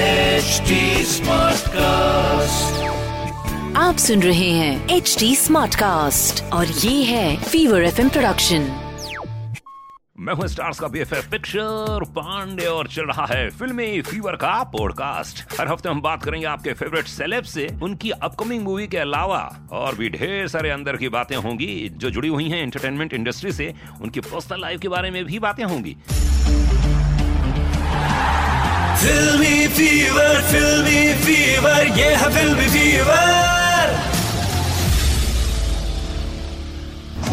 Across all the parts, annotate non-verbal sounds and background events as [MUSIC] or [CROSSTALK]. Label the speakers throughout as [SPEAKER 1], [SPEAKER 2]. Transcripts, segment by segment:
[SPEAKER 1] HD Smartcast.
[SPEAKER 2] आप सुन रहे हैं एच डी स्मार्ट कास्ट और ये है फीवर एफ प्रोडक्शन
[SPEAKER 3] मैं हूं स्टार्स का बीएफएफ पिक्चर पांडे और चल रहा है फिल्मी फीवर का पॉडकास्ट हर हफ्ते हम बात करेंगे आपके फेवरेट सेलेब से उनकी अपकमिंग मूवी के अलावा और भी ढेर सारे अंदर की बातें होंगी जो जुड़ी हुई हैं एंटरटेनमेंट इंडस्ट्री से उनकी पर्सनल लाइफ के बारे में भी बातें होंगी
[SPEAKER 1] फिल्मी फीवर फिल्मी फीवर ये है फिल्मी फीवर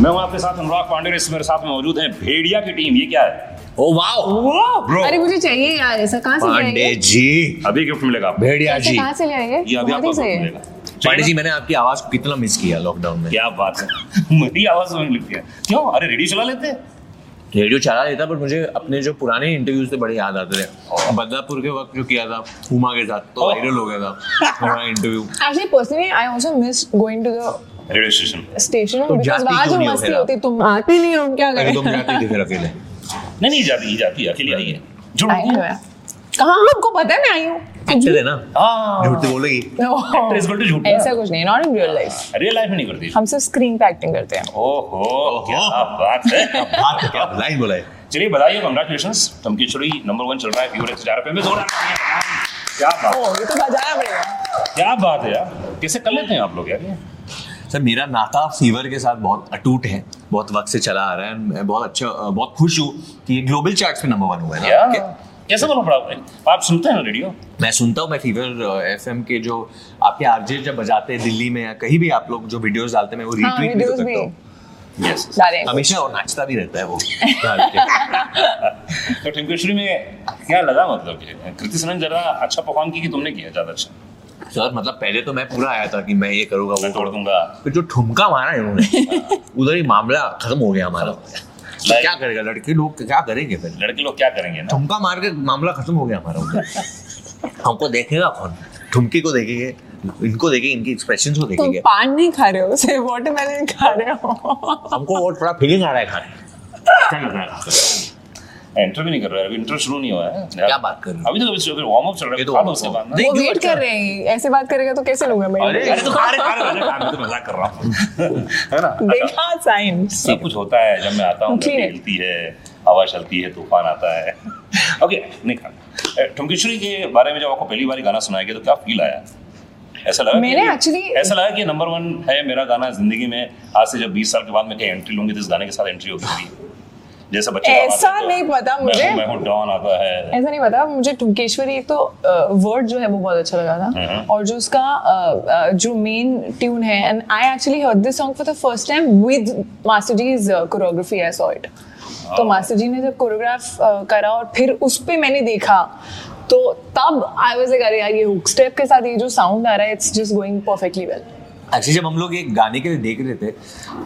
[SPEAKER 4] मैं हूं आपके साथ अनुराग पांडे और इस मेरे साथ में मौजूद हैं भेड़िया की टीम ये क्या है
[SPEAKER 5] ओ वाओ
[SPEAKER 4] Bro.
[SPEAKER 6] अरे मुझे चाहिए यार ऐसा कहाँ से ले
[SPEAKER 5] पांडे
[SPEAKER 6] आएंगे
[SPEAKER 5] जी
[SPEAKER 4] अभी गिफ्ट मिलेगा आपको।
[SPEAKER 5] भेड़िया
[SPEAKER 6] ऐसा
[SPEAKER 5] जी
[SPEAKER 6] कहाँ से ले आएंगे
[SPEAKER 4] ये अभी
[SPEAKER 6] बहुत
[SPEAKER 4] आपको gift
[SPEAKER 6] ही सही है
[SPEAKER 4] मिलेगा
[SPEAKER 5] पांडे जी
[SPEAKER 4] चाहिए ना?
[SPEAKER 5] मैंने आपकी आवाज को कितना मिस किया लॉकडाउन में
[SPEAKER 4] क्या बात है [LAUGHS] मेरी आवाज सुन लिखती है क्यों अरे रेडियो चला लेते हैं
[SPEAKER 5] रेडियो चला देता पर मुझे अपने जो पुराने इंटरव्यूज से बड़े याद आते थे बदलापुर के वक्त जो किया था हुमा के साथ तो
[SPEAKER 4] ओह।
[SPEAKER 5] वायरल हो गया था हमारा interview
[SPEAKER 6] Actually, personally, I also miss going to the
[SPEAKER 4] radio station
[SPEAKER 6] station
[SPEAKER 5] तुम
[SPEAKER 6] because
[SPEAKER 5] जाती
[SPEAKER 6] वहाँ
[SPEAKER 5] क्यों
[SPEAKER 6] जो
[SPEAKER 5] नहीं हो
[SPEAKER 6] मस्ती
[SPEAKER 5] फिर
[SPEAKER 6] होती तुम आते नहीं हो क्या
[SPEAKER 5] अरे
[SPEAKER 6] करें?
[SPEAKER 5] तुम जाती थी फिर अकेले
[SPEAKER 4] नहीं नहीं जाती ही जाती है अकेली आई है जुड़
[SPEAKER 6] [LAUGHS] आई हूँ यार। कहाँ आपको पता है मैं आई हूँ कुछ
[SPEAKER 5] चले
[SPEAKER 6] भी-
[SPEAKER 5] ना
[SPEAKER 4] हां
[SPEAKER 5] झूठ तो बोलेगी
[SPEAKER 6] No.
[SPEAKER 4] Actor हाँ, is going to
[SPEAKER 5] [LAUGHS]
[SPEAKER 4] झूठा।
[SPEAKER 6] ऐसा कुछ नहीं not in real life
[SPEAKER 4] real life में नहीं करती
[SPEAKER 6] हम सिर्फ स्क्रीन पे एक्टिंग करते हैं
[SPEAKER 4] ओहो क्या बात है
[SPEAKER 5] बात क्या लाइन बोला है
[SPEAKER 4] चलिए बताइए कंग्रेचुलेशन धमकेश्वरी नंबर वन चल रहा है व्यूअर स्टार पे में जोर क्या बात
[SPEAKER 6] ओह, ये तो बजाना पड़ेगा
[SPEAKER 4] क्या बात है यार कैसे कर लेते हैं आप लोग यार ये?
[SPEAKER 5] सर मेरा नाता फीवर के साथ बहुत अटूट है बहुत वक्त से चला आ रहा है मैं बहुत अच्छा बहुत खुश हूँ कि ये ग्लोबल चार्ट्स में नंबर वन हुआ है
[SPEAKER 4] क्या
[SPEAKER 5] ना आपके-
[SPEAKER 4] कैसे बोलो पड़ा आप सुनते हैं ना रेडियो
[SPEAKER 5] मैं सुनता हूँ मैं फीवर एफ के जो आपके आरजे जब बजाते हैं दिल्ली में या कहीं भी आप लोग जो वीडियोस डालते हैं मैं वो
[SPEAKER 6] हाँ
[SPEAKER 5] रीट्वीट भी कर
[SPEAKER 6] वीडियोस भी
[SPEAKER 5] सकता हूँ
[SPEAKER 4] यस
[SPEAKER 6] डालें
[SPEAKER 5] हमेशा और नाचता भी रहता है वो डाल
[SPEAKER 6] [LAUGHS]
[SPEAKER 5] के।
[SPEAKER 4] तो टिंकेश्वरी में क्या लगा मतलब कि कृति सनन जरा अच्छा परफॉर्म की कि तुमने किया ज्यादा अच्छा
[SPEAKER 5] सर मतलब पहले तो मैं पूरा आया था कि मैं ये करूंगा वो
[SPEAKER 4] मैं तोड़
[SPEAKER 5] करूंगा।
[SPEAKER 4] दूंगा
[SPEAKER 5] फिर जो ठुमका मारा इन्होंने
[SPEAKER 6] [LAUGHS]
[SPEAKER 5] उधर ही मामला खत्म हो गया हमारा तो क्या करेगा लड़के लोग क्या करेंगे फिर
[SPEAKER 4] लड़के लोग क्या करेंगे ना
[SPEAKER 5] ठुमका मार के मामला खत्म हो गया हमारा उधर हमको देखेगा कौन ठुमके को देखेंगे इनको देखेंगे इनके एक्सप्रेशन को
[SPEAKER 6] तुम
[SPEAKER 5] देखेंगे
[SPEAKER 6] पान नहीं खा रहे हो सिर्फ वाटरमेलन खा रहे हो
[SPEAKER 5] हमको और थोड़ा फीलिंग आ रहा है खाने क्या लग रहा है
[SPEAKER 4] इंटरव्यू नहीं कर रहा है अभी इंटरव्यू शुरू नहीं हुआ है
[SPEAKER 5] क्या बात कर रहे हो?
[SPEAKER 4] अभी तो अभी वार्म अप चल रहा
[SPEAKER 5] ये
[SPEAKER 4] है खा लो
[SPEAKER 5] तो warm up
[SPEAKER 4] उसके
[SPEAKER 5] हो।
[SPEAKER 4] बाद ना
[SPEAKER 5] नहीं,
[SPEAKER 6] वो
[SPEAKER 5] क्यों
[SPEAKER 6] वेट
[SPEAKER 5] अच्छा
[SPEAKER 6] कर रहे हैं ऐसे बात करेगा तो कैसे लूंगा मैं
[SPEAKER 5] अरे,
[SPEAKER 4] अरे तो खा रहे खा रहे राजा, खा रहे, मैं तो मजाक कर [LAUGHS] रहा हूँ है ना अच्छा,
[SPEAKER 6] देखा साइंस
[SPEAKER 5] हाँ।
[SPEAKER 4] सब कुछ होता है जब मैं आता हूँ
[SPEAKER 6] ठीक है।
[SPEAKER 4] हिलती है हवा चलती है तूफान आता [LAUGHS] है ओके नहीं खा ठुमकेश्वरी के बारे में जब आपको पहली बार गाना सुनाया गया तो क्या फील आया ऐसा लगा कि
[SPEAKER 6] मैंने
[SPEAKER 4] ये-
[SPEAKER 6] actually-
[SPEAKER 4] ऐसा लगा कि नंबर वन है मेरा गाना जिंदगी में आज से जब 20 साल के बाद मैं कहीं एंट्री लूंगी तो इस गाने के साथ एंट्री होगी मेरी। जैसे बच्चे का आवाज
[SPEAKER 6] ऐसा
[SPEAKER 4] आता है,
[SPEAKER 6] नहीं पता
[SPEAKER 4] मैं
[SPEAKER 6] मुझे।
[SPEAKER 4] हूं- मैं हूं डॉन आता है
[SPEAKER 6] ऐसा नहीं पता मुझे टुमकेश्वरी एक तो वर्ड जो है वो बहुत अच्छा लगा
[SPEAKER 5] हाँ।
[SPEAKER 6] था और जो उसका अ, अ, जो मेन ट्यून है and I actually heard this song for the first time with master जीज कोरियोग्राफी आई सॉ इट तो
[SPEAKER 5] हाँ।
[SPEAKER 6] मास्टर जी ने जब कोरियोग्राफ करा और फिर उस पे मैंने देखा तो तब आई वाज लाइक अरे यार ये हुक स्टेप के साथ ये जो साउंड आ रहा है it's just going perfectly well
[SPEAKER 5] actually जब हम लोग एक गाने के लिए देख रहे थे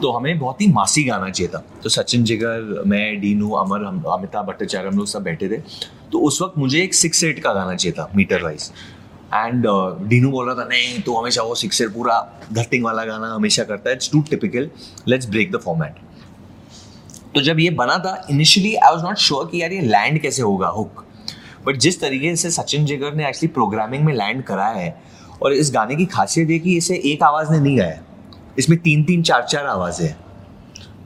[SPEAKER 5] तो हमें बहुत ही मासी गाना चाहिए था तो सचिन जिगर मैं डीनू अमर हम अमिताभ भट्टाचार्य हम लोग सब बैठे थे तो उस वक्त मुझे एक सिक्स एट का गाना चाहिए था metre wise and uh, Dinu बोल रहा था नहीं तो हमेशा वो सिक्स एट पूरा धटिंग वाला गाना हमेशा करता है it's too typical let's break the format तो जब ये बना था initially I was not sure कि यार ये लैंड कैसे होगा हुक बट जिस तरीके से सचिन जिगर ने एक्चुअली प्रोग्रामिंग में लैंड कराया है और इस गाने की खासियत ये कि इसे एक आवाज ने नहीं गाया है। इसमें तीन तीन चार चार आवाजें हैं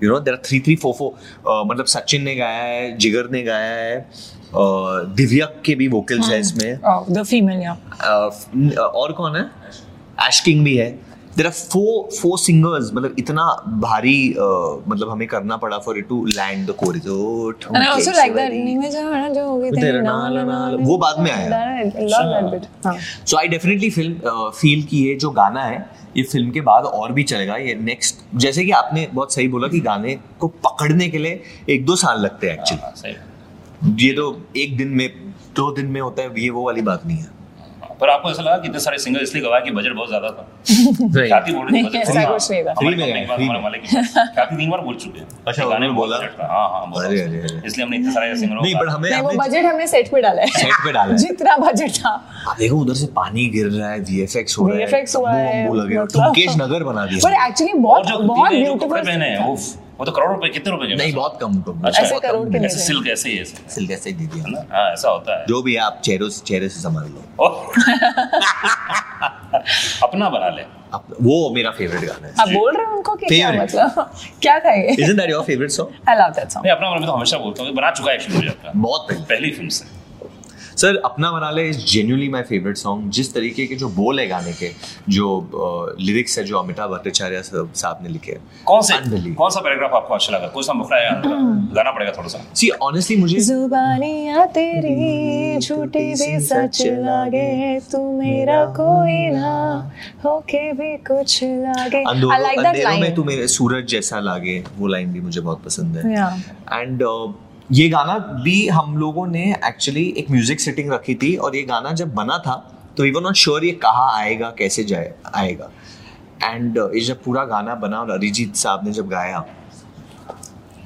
[SPEAKER 5] you know there three three four four मतलब सचिन ने गाया है जिगर ने गाया है uh, दिव्यक के भी वोकल्स हैं इसमें
[SPEAKER 6] द फीमेल या
[SPEAKER 5] Uh, न- और कौन है एश किंग भी है there are four four singers मतलब इतना भारी uh, मतलब हमें करना पड़ा for it to land the corridor
[SPEAKER 6] And I also like that नीमे जाना जो होगी तेरे
[SPEAKER 5] तेरे
[SPEAKER 6] नाल
[SPEAKER 5] नाल-
[SPEAKER 6] नाल
[SPEAKER 5] वो बाद में आया।
[SPEAKER 6] लव दैट बिट हां
[SPEAKER 5] so I definitely film feel कि ये जो गाना है ये फिल्म के बाद और भी चलेगा ये नेक्स्ट जैसे कि आपने बहुत सही बोला कि गाने को पकड़ने के लिए एक दो साल लगते हैं एक्चुअली
[SPEAKER 4] हाँ, सही
[SPEAKER 5] ये तो एक दिन में दो दिन में होता है ये वो वाली बात नहीं है
[SPEAKER 4] पर आपको ऐसा लगा कि इतने सारे सिंगर इसलिए गवाए कि बजट बहुत ज्यादा था ख्याति बोल रही
[SPEAKER 6] नहीं,
[SPEAKER 4] थी, budget
[SPEAKER 6] ऐसा
[SPEAKER 4] था।
[SPEAKER 6] कुछ नहीं था।
[SPEAKER 4] हमारी
[SPEAKER 5] Free में
[SPEAKER 4] company की बात,
[SPEAKER 5] गए, free
[SPEAKER 4] हमारे
[SPEAKER 5] में।
[SPEAKER 4] मालिक की बात। ख्याति तीन बार बोल चुके हैं
[SPEAKER 5] अच्छा,
[SPEAKER 4] कि गाने
[SPEAKER 5] उन्होंने
[SPEAKER 4] में बहुत
[SPEAKER 5] बोला?
[SPEAKER 4] budget था। हाँ, हाँ,
[SPEAKER 5] अरे,
[SPEAKER 4] बोला
[SPEAKER 5] अरे, अरे।
[SPEAKER 4] उसने। इसलिए हमने इतने सारे सिंगरों
[SPEAKER 5] नहीं
[SPEAKER 4] का-
[SPEAKER 5] बट हमें
[SPEAKER 6] नहीं वो
[SPEAKER 5] हमने-
[SPEAKER 6] बजट हमने सेट पे डाला है
[SPEAKER 5] Set पे डाला है।
[SPEAKER 6] जितना बजट था
[SPEAKER 5] आप देखो उधर से पानी गिर रहा है वीएफएक्स हो रहा है
[SPEAKER 6] VFX हुआ है,
[SPEAKER 5] बम बम लगे
[SPEAKER 6] मतलब-
[SPEAKER 5] मुकेश नगर बना दिया
[SPEAKER 6] पर एक्चुअली
[SPEAKER 4] और
[SPEAKER 6] बहुत
[SPEAKER 4] जो
[SPEAKER 6] बहुत
[SPEAKER 4] बहुत जो कपड़े
[SPEAKER 6] ब्यूटीफुल
[SPEAKER 4] पहने हैं वो वो तो करोड़ रुपए कितने रुपए के
[SPEAKER 5] नहीं
[SPEAKER 4] पैसे?
[SPEAKER 5] बहुत कम तो
[SPEAKER 4] अच्छा,
[SPEAKER 6] ऐसे करोड़ के
[SPEAKER 4] ऐसे
[SPEAKER 6] नहीं
[SPEAKER 4] सिल्क ऐसे ही ऐसे
[SPEAKER 5] सिल कैसे दे
[SPEAKER 4] है
[SPEAKER 5] दिया
[SPEAKER 4] ना हाँ ऐसा होता है
[SPEAKER 5] जो भी है, आप चेहरे से चेहरे से संभाल लो
[SPEAKER 4] ओह। [LAUGHS] अपना बना ले
[SPEAKER 5] आप, वो मेरा फेवरेट गाना है
[SPEAKER 6] आप बोल रहे हो उनको कि क्या
[SPEAKER 5] Favorite.
[SPEAKER 6] मतलब [LAUGHS] क्या था ये
[SPEAKER 5] isn't that your favourite song
[SPEAKER 6] I love that song
[SPEAKER 4] नहीं अपना बना मैं तो हमेशा बोलता हूँ कि बना चुका है एक्चुअली मुझे अपना
[SPEAKER 5] बहुत पहले
[SPEAKER 4] पहली फिल्म से
[SPEAKER 5] सर अपना बना ले is genuinely my favourite song जिस तरीके के जो बोल है गाने के जो लिरिक्स है जो अमिताभ भट्टाचार्य साहब साहब ने लिखे हैं
[SPEAKER 4] कौन से
[SPEAKER 5] Unbelievable.
[SPEAKER 4] कौन सा पैराग्राफ आपको अच्छा लगा कोई सा मुखड़ा है आपका?
[SPEAKER 6] Hmm.
[SPEAKER 4] गाना पड़ेगा थोड़ा सा
[SPEAKER 5] सी ऑनेस्टली मुझे
[SPEAKER 6] जुबानियां
[SPEAKER 5] हम्म,
[SPEAKER 6] तेरी झूठी भी सच लागे तू मेरा कोई ना होके भी कुछ लागे
[SPEAKER 5] अंधेरों
[SPEAKER 6] आई लाइक दैट
[SPEAKER 5] अंधेरों में
[SPEAKER 6] लाइन
[SPEAKER 5] तुम्हें सूरज जैसा लागे वो लाइन भी मुझे बहुत पसंद है
[SPEAKER 6] Yeah.
[SPEAKER 5] एंड ये गाना भी हम लोगों ने एक्चुअली एक म्यूजिक सेटिंग रखी थी और ये गाना जब बना था तो वी वर नॉट श्योर ये कहाँ आएगा कैसे जाए आएगा एंड ये जब पूरा गाना बना और अरिजीत साहब ने जब गाया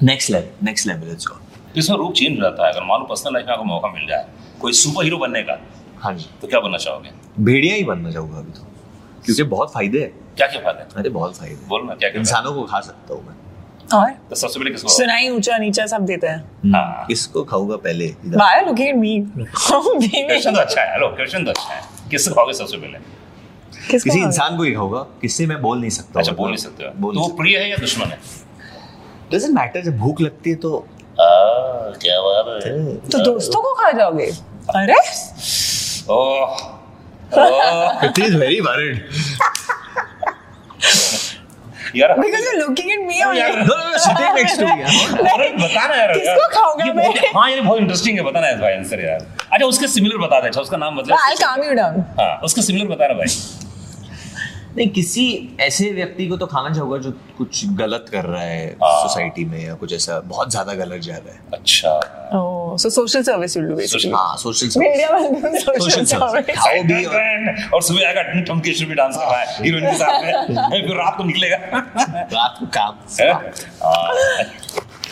[SPEAKER 5] next level next level it's
[SPEAKER 4] तो इसमें रूप चेंज हो जाता है अगर मान लो पर्सनल लाइफ में आपको मौका मिल जाए कोई सुपर हीरो बनने का
[SPEAKER 5] हाँ जी
[SPEAKER 4] तो क्या बनना चाहोगे
[SPEAKER 5] भेड़िया ही बनना चाहूंगा अभी तो क्योंकि बहुत फायदे हैं
[SPEAKER 4] क्या क्या फायदा है
[SPEAKER 5] अरे बहुत फायदे हैं।
[SPEAKER 4] बोल ना क्या क्या फायदा
[SPEAKER 5] इंसानों को खा सकता हूँ मैं
[SPEAKER 6] और
[SPEAKER 4] है? तो सबसे पहले किसको
[SPEAKER 6] सुनाई ऊंचा नीचा सब देते हैं
[SPEAKER 4] हाँ।
[SPEAKER 5] इसको खाऊंगा पहले इधर।
[SPEAKER 6] Why looking eight
[SPEAKER 5] [LAUGHS]
[SPEAKER 6] Oh, me
[SPEAKER 4] question तो अच्छा है हेलो क्वेश्चन तो अच्छा है किसको खाओगे सबसे पहले
[SPEAKER 5] किसी इंसान को ही खाऊंगा किससे मैं बोल नहीं सकता
[SPEAKER 4] अच्छा बोल नहीं सकते हो
[SPEAKER 5] बोल
[SPEAKER 4] तो वो
[SPEAKER 5] नहीं
[SPEAKER 4] प्रिय है या दुश्मन है
[SPEAKER 5] सकता डजंट मैटर जब भूख लगती है तो
[SPEAKER 4] [LAUGHS] आ, क्या बात है
[SPEAKER 6] तो दोस्तों को खा जाओगे अरे
[SPEAKER 4] oh
[SPEAKER 5] it is very worried [LAUGHS]
[SPEAKER 4] यार
[SPEAKER 6] बिकॉज यू लुकिंग एट मी
[SPEAKER 4] [LAUGHS] यार,
[SPEAKER 5] no no sitting next to me
[SPEAKER 4] अरे बताना यार
[SPEAKER 6] किसको खाओगे
[SPEAKER 4] ये
[SPEAKER 6] मैं?
[SPEAKER 4] बहुत- हाँ ये बहुत इंटरेस्टिंग है बताना है इसका आंसर यार अच्छा उसके सिमिलर बता दे अच्छा उसका नाम
[SPEAKER 6] आई
[SPEAKER 4] मतलब
[SPEAKER 6] काम यू डाउन
[SPEAKER 4] हाँ उसके सिमिलर बताना भाई
[SPEAKER 5] नहीं किसी ऐसे व्यक्ति को तो खाना चाहूंगा जो कुछ गलत कर रहा है
[SPEAKER 4] हाँ।
[SPEAKER 5] सोसाइटी में या कुछ ऐसा बहुत ज्यादा गलत जा रहा है
[SPEAKER 4] अच्छा
[SPEAKER 6] oh so social service will do basically
[SPEAKER 5] हाँ social
[SPEAKER 6] media will do social
[SPEAKER 5] Social service.
[SPEAKER 6] Service
[SPEAKER 5] खाओ भी और
[SPEAKER 4] और और सुबह आएगा टम टम केशव भी डांस कर रहा है हीरोइन के साथ
[SPEAKER 5] [LAUGHS]
[SPEAKER 4] में [LAUGHS] फिर रात को निकलेगा [LAUGHS] है?
[SPEAKER 5] रात को काम
[SPEAKER 4] हाँ,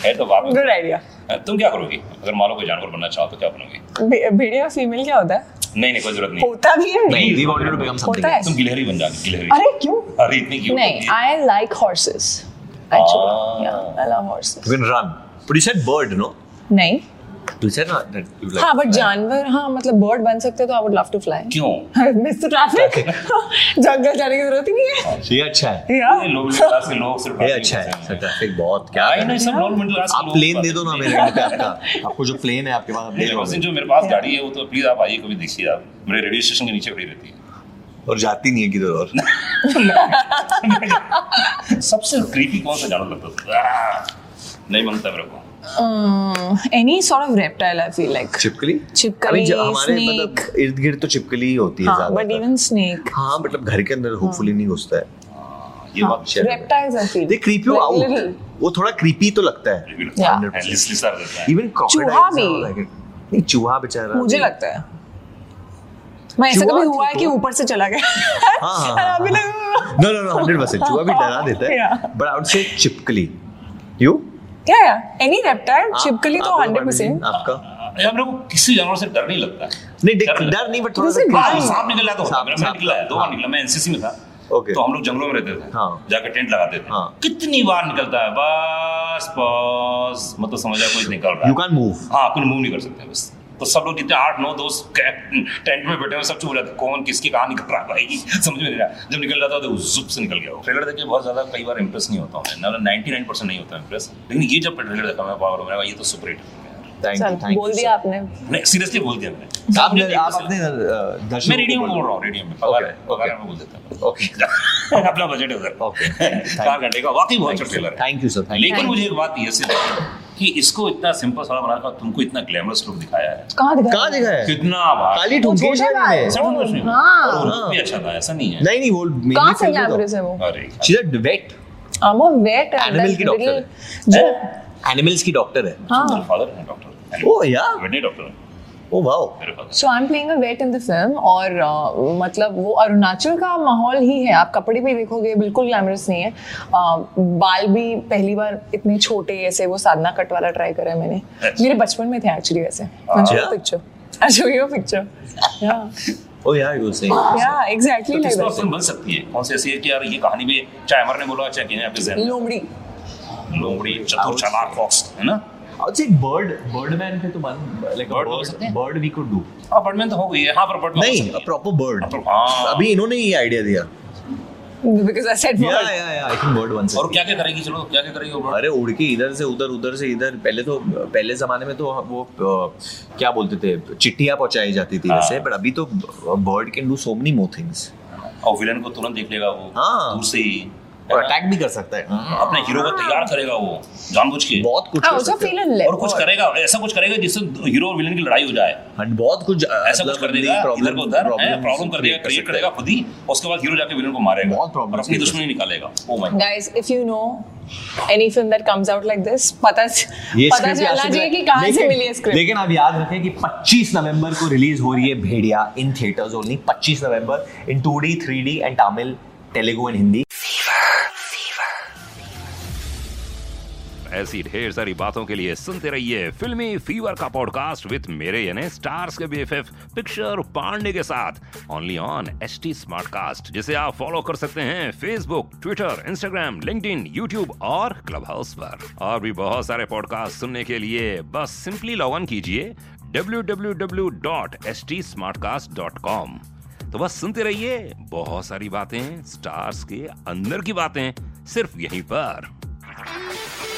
[SPEAKER 4] है तो बाप
[SPEAKER 6] गुड आइडिया
[SPEAKER 4] तुम क्या करोगी अगर मान लो कोई जानवर बनना चाहो तो क्या बनोगी
[SPEAKER 6] भेड़िया फीमेल क्या होता है
[SPEAKER 4] नहीं नहीं कोई जरूरत नहीं
[SPEAKER 6] होता भी है
[SPEAKER 5] नहीं वी वांटेड टू बिकम
[SPEAKER 6] होता है
[SPEAKER 5] समथिंग
[SPEAKER 4] तुम गिलहरी बन जाओगे गिलहरी
[SPEAKER 6] अरे क्यों
[SPEAKER 4] अरे इतनी क्यों
[SPEAKER 6] नहीं I like horses
[SPEAKER 4] Ah.
[SPEAKER 6] Actually yeah I love horses
[SPEAKER 5] can run but you said bird no
[SPEAKER 6] नहीं
[SPEAKER 5] you said not that you
[SPEAKER 6] हाँ बट जानवर हाँ मतलब बर्ड बन सकते हो तो I would love to fly [LAUGHS]
[SPEAKER 4] क्यों
[SPEAKER 6] मिस्टर ट्रैफिक [LAUGHS] जंगल जाने की जरूरत ही नहीं है
[SPEAKER 5] ये अच्छा है
[SPEAKER 4] ये लोग मिडिल क्लास के लोग सिर्फ
[SPEAKER 5] ये
[SPEAKER 4] बात
[SPEAKER 5] अच्छा
[SPEAKER 4] करते
[SPEAKER 5] है
[SPEAKER 4] हैं।
[SPEAKER 5] ट्रैफिक बहुत क्या
[SPEAKER 4] आई
[SPEAKER 5] कर-
[SPEAKER 4] नो सब लोग मिडिल क्लास के
[SPEAKER 5] आप
[SPEAKER 4] लोग
[SPEAKER 5] प्लेन दे
[SPEAKER 4] बात
[SPEAKER 5] दो ना
[SPEAKER 4] करते
[SPEAKER 5] मेरे
[SPEAKER 4] हैं।
[SPEAKER 5] घर पे आपका आपको जो प्लेन है आपके
[SPEAKER 4] [LAUGHS]
[SPEAKER 5] पास आप ले
[SPEAKER 4] मेरे पास
[SPEAKER 5] जाओ
[SPEAKER 4] जो मेरे पास गाड़ी है वो तो प्लीज आप आइए कभी देखिए आप मेरे रेडियो स्टेशन के नीचे खड़ी रहती
[SPEAKER 5] और जाती नहीं है किधर और
[SPEAKER 4] है सबसे क्रीपी तो कौन सा जानवर लगता है आह, नहीं मानता मेरे को
[SPEAKER 6] Hmm, any sort of reptile I feel like
[SPEAKER 5] चिपकली
[SPEAKER 6] चिपकली,
[SPEAKER 5] अभी जो हमारे
[SPEAKER 6] snake.
[SPEAKER 5] मतलब इर्द गिर्द तो चिपकली ही होती है
[SPEAKER 6] हाँ बट
[SPEAKER 5] ज्यादातर।
[SPEAKER 6] इवन स्नेक
[SPEAKER 5] हाँ मतलब घर के अंदर होपफुली नहीं घुसता है
[SPEAKER 4] हाँ, ये
[SPEAKER 6] हाँ,
[SPEAKER 4] बात
[SPEAKER 5] शहर में।
[SPEAKER 6] Reptiles I feel
[SPEAKER 5] they creep you out. वो थोड़ा क्रीपी तो लगता है
[SPEAKER 4] भी
[SPEAKER 6] Yeah.
[SPEAKER 4] लगता है लिस लिसा रहता है
[SPEAKER 5] इवन
[SPEAKER 6] चूहा भी।
[SPEAKER 5] नहीं चूहा बेचारा
[SPEAKER 6] मुझे
[SPEAKER 5] भी।
[SPEAKER 6] लगता है मैं ऐसा
[SPEAKER 5] चूहा
[SPEAKER 6] कभी
[SPEAKER 5] ठीक
[SPEAKER 6] हुआ है कि
[SPEAKER 5] हो।
[SPEAKER 6] ऊपर से चला गया
[SPEAKER 5] हाँ,
[SPEAKER 6] [LAUGHS]
[SPEAKER 5] हाँ,
[SPEAKER 6] और आप भी
[SPEAKER 5] हाँ,
[SPEAKER 6] लगे-
[SPEAKER 5] नो नो नो 100% चूहा भी
[SPEAKER 6] [LAUGHS]
[SPEAKER 5] डरा देता है
[SPEAKER 6] Yeah.
[SPEAKER 5] But I would say चिपकली यू
[SPEAKER 6] क्या है एनी रेप्टाइल
[SPEAKER 5] हाँ,
[SPEAKER 6] छिपकली तो हंड्रेड परसेंट
[SPEAKER 5] आपका
[SPEAKER 4] हाँ, यार मेरे को किसी जानवर से डर नहीं लगता है
[SPEAKER 5] नहीं डर
[SPEAKER 4] डर-
[SPEAKER 5] डर नहीं बट थोड़ा
[SPEAKER 6] Doesn't
[SPEAKER 5] सा
[SPEAKER 6] हाँ,
[SPEAKER 4] हाँ, सांप निकल जाता होता
[SPEAKER 5] सांप-
[SPEAKER 4] मेरा मैं
[SPEAKER 5] सांप-
[SPEAKER 4] निकला है दो बार निकला मैं एनसीसी में था
[SPEAKER 5] Okay.
[SPEAKER 4] तो हम लोग जंगलों में रहते थे
[SPEAKER 5] हाँ।
[SPEAKER 4] जाकर टेंट लगाते थे
[SPEAKER 5] हाँ।
[SPEAKER 4] कितनी बार निकलता है बस बस मतलब समझ जाए कोई निकल रहा
[SPEAKER 5] यू
[SPEAKER 4] है
[SPEAKER 5] कैन मूव
[SPEAKER 4] हाँ कोई मूव नहीं कर सकते बस तो सब लोग जितने आठ नौ दोस्त कै- टेंट में बैठे हुए सब चुप हो जाते कौन किसकी कहाँ निकल रहा है भाई [LAUGHS] समझ में नहीं रहा जब निकल जाता तो जुप से निकल गया वो ट्रेलर देख के बहुत ज्यादा कई बार इंप्रेस नहीं होता हूँ नाइनटी नाइन परसेंट नहीं होता इंप्रेस लेकिन ये जब ट्रेलर देखा मैं पावर मेरा ये तो सुपर हिट
[SPEAKER 5] थैंक
[SPEAKER 6] चल
[SPEAKER 5] यू थैंक
[SPEAKER 6] बोल दिया आपने
[SPEAKER 4] नहीं सीरियसली बोल दिया मैंने
[SPEAKER 5] आप
[SPEAKER 4] मुझे
[SPEAKER 5] आप
[SPEAKER 4] देखो-
[SPEAKER 5] अपने अ, दर्शकों
[SPEAKER 4] मैं रेडियो
[SPEAKER 5] को
[SPEAKER 4] में बोल रहा हूँ रेडियो में पगार
[SPEAKER 5] Okay,
[SPEAKER 4] पगार
[SPEAKER 5] okay.
[SPEAKER 4] में बोल देता
[SPEAKER 5] ओके
[SPEAKER 4] हूँ अपना बजट है उधर [LAUGHS]
[SPEAKER 5] Okay, thank you.
[SPEAKER 4] चार घंटे का वाकई बहुत अच्छा ट्रेलर है
[SPEAKER 5] थैंक यू सर थैंक
[SPEAKER 4] लेकिन मुझे एक बात ये से लगी कि इसको इतना सिंपल सड़ा बना रखा तुमको इतना ग्लैमरस लुक दिखाया है
[SPEAKER 6] कहाँ दिखा
[SPEAKER 5] कहाँ देखा है
[SPEAKER 4] कितना बार
[SPEAKER 5] काली ठुमकी
[SPEAKER 6] छोटा
[SPEAKER 5] है
[SPEAKER 6] भाई।
[SPEAKER 5] मैंने।
[SPEAKER 4] सब कुछ नहीं
[SPEAKER 6] हाँ।
[SPEAKER 4] और वो look भी अच्छा था ऐसा नहीं है
[SPEAKER 5] नहीं नहीं वो mainly
[SPEAKER 6] कहाँ से
[SPEAKER 5] film में
[SPEAKER 6] कैमरे
[SPEAKER 5] था।
[SPEAKER 6] है वो
[SPEAKER 4] अरे
[SPEAKER 5] तो- She's a vet.
[SPEAKER 6] I'm a vet and
[SPEAKER 5] Animal
[SPEAKER 6] that
[SPEAKER 5] की doctor
[SPEAKER 6] little- जो
[SPEAKER 5] Animals की डॉक्टर है
[SPEAKER 6] हाँ
[SPEAKER 4] फादर है doctor
[SPEAKER 5] Oh, yeah. Oh,
[SPEAKER 4] veterinary doctor
[SPEAKER 5] oh wow
[SPEAKER 4] मेरे father
[SPEAKER 6] so I am playing a vet in the film और अ, मतलब वो अरुणाचल का माहौल ही है आप कपड़े भी देखोगे बिल्कुल ग्लैमरस नहीं है अ, बाल भी पहली बार इतने छोटे ऐसे वो साधना कट वाला ट्राई करा है मैंने
[SPEAKER 4] Yes.
[SPEAKER 6] मेरे बचपन में थे एक्चुअली वैसे
[SPEAKER 5] हाँ। अच्छा?
[SPEAKER 6] अच्छा, picture I show you picture या
[SPEAKER 5] ओ यार यू से
[SPEAKER 6] या एग्जैक्टली
[SPEAKER 4] तो
[SPEAKER 6] लाइक
[SPEAKER 4] किस तरह फिल्म बन सकती है कौन सी ऐसी है कि यार ये कहानी भी चाहे अमर ने बोला चाहे किसी ने आपके जहन
[SPEAKER 6] लोमड़ी
[SPEAKER 4] लोमड़ी चतुर
[SPEAKER 5] would
[SPEAKER 4] चालाक फॉक्स है ना हाँ,
[SPEAKER 5] I'd say bird, birdman पे तो मन like
[SPEAKER 4] Bird
[SPEAKER 5] a
[SPEAKER 4] बोल सकते हैं?
[SPEAKER 5] bird, bird we could do.
[SPEAKER 4] हाँ बर्डमैन तो हो गई है हाँ पर बर्डमैन हो
[SPEAKER 5] नहीं,
[SPEAKER 4] सकती
[SPEAKER 5] a
[SPEAKER 4] है।
[SPEAKER 5] proper bird.
[SPEAKER 4] A proper- हाँ।
[SPEAKER 5] अभी इन्होंने ये idea दिया.
[SPEAKER 6] because I said
[SPEAKER 5] Yeah,
[SPEAKER 6] bird.
[SPEAKER 5] yeah, yeah. I can bird once.
[SPEAKER 4] और क्या क्या करेगी चलो क्या क्या करेगी वो bird?
[SPEAKER 5] अरे उड़ के इधर से उधर उधर से इधर पहले तो पहले जमाने में तो वो अ, क्या बोलते थे चिट्ठियां पहुंचाई जाती थी वैसे
[SPEAKER 4] हाँ।
[SPEAKER 5] बट अभी तो bird can do so many more things
[SPEAKER 4] और विलन को तुरंत देख लेगा वो
[SPEAKER 5] हाँ।
[SPEAKER 4] दूर से ही
[SPEAKER 5] और
[SPEAKER 4] है ना?
[SPEAKER 5] अटैक भी कर सकता है
[SPEAKER 4] अपने हीरो को तैयार करेगा वो जानबूझ के
[SPEAKER 5] बहुत कुछ
[SPEAKER 6] I
[SPEAKER 5] कर
[SPEAKER 6] also
[SPEAKER 5] सकता
[SPEAKER 6] हाँ, feel
[SPEAKER 5] है
[SPEAKER 6] a
[SPEAKER 4] और कुछ
[SPEAKER 6] leopard.
[SPEAKER 4] करेगा ऐसा कुछ करेगा जिससे हीरो और विलन की लड़ाई हो जाए
[SPEAKER 5] And बहुत कुछ अ,
[SPEAKER 4] ऐसा कुछ
[SPEAKER 5] मतलब
[SPEAKER 4] कर देगा
[SPEAKER 5] problem-
[SPEAKER 4] इधर को उधर हाँ,
[SPEAKER 5] problems
[SPEAKER 4] प्रॉब्लम कर देगा
[SPEAKER 5] create
[SPEAKER 4] क्रिएट
[SPEAKER 5] सकता
[SPEAKER 4] करेगा
[SPEAKER 5] है।
[SPEAKER 4] खुद ही और उसके बाद हीरो जाके विलन को मारेगा
[SPEAKER 5] बहुत problems
[SPEAKER 4] और अपनी
[SPEAKER 5] create
[SPEAKER 4] दुश्मनी निकालेगा Oh oh my
[SPEAKER 6] Guys, if you know any film that comes out like this, पता
[SPEAKER 5] ये
[SPEAKER 6] पता
[SPEAKER 5] script यहाँ
[SPEAKER 6] चलना
[SPEAKER 5] से
[SPEAKER 6] चाहिए
[SPEAKER 5] मिला-
[SPEAKER 6] कि कहाँ से
[SPEAKER 5] लेकिन-
[SPEAKER 6] मिली है script.
[SPEAKER 5] लेकिन आप याद रखें कि 25 नवंबर को रिलीज हो रही है Bhediya in theatres only 25 November in 2D 3D and Tamil Telugu and Hindi
[SPEAKER 3] ऐसी ढेर सारी बातों के लिए सुनते रहिए फिल्मी फीवर का पॉडकास्ट विद मेरे यानी स्टार्स के बीएफएफ पिक्चर पांडे के साथ only on H T smartcast जिसे आप फॉलो कर सकते हैं Facebook Twitter Instagram LinkedIn YouTube और क्लब हाउस पर और भी बहुत सारे पॉडकास्ट सुनने के लिए बस सिंपली लॉग ऑन कीजिए www.stsmartcast.com तो बस सुनते रहिए बहुत सारी बातें स्टार्स के अंदर की बातें सिर्फ यहीं पर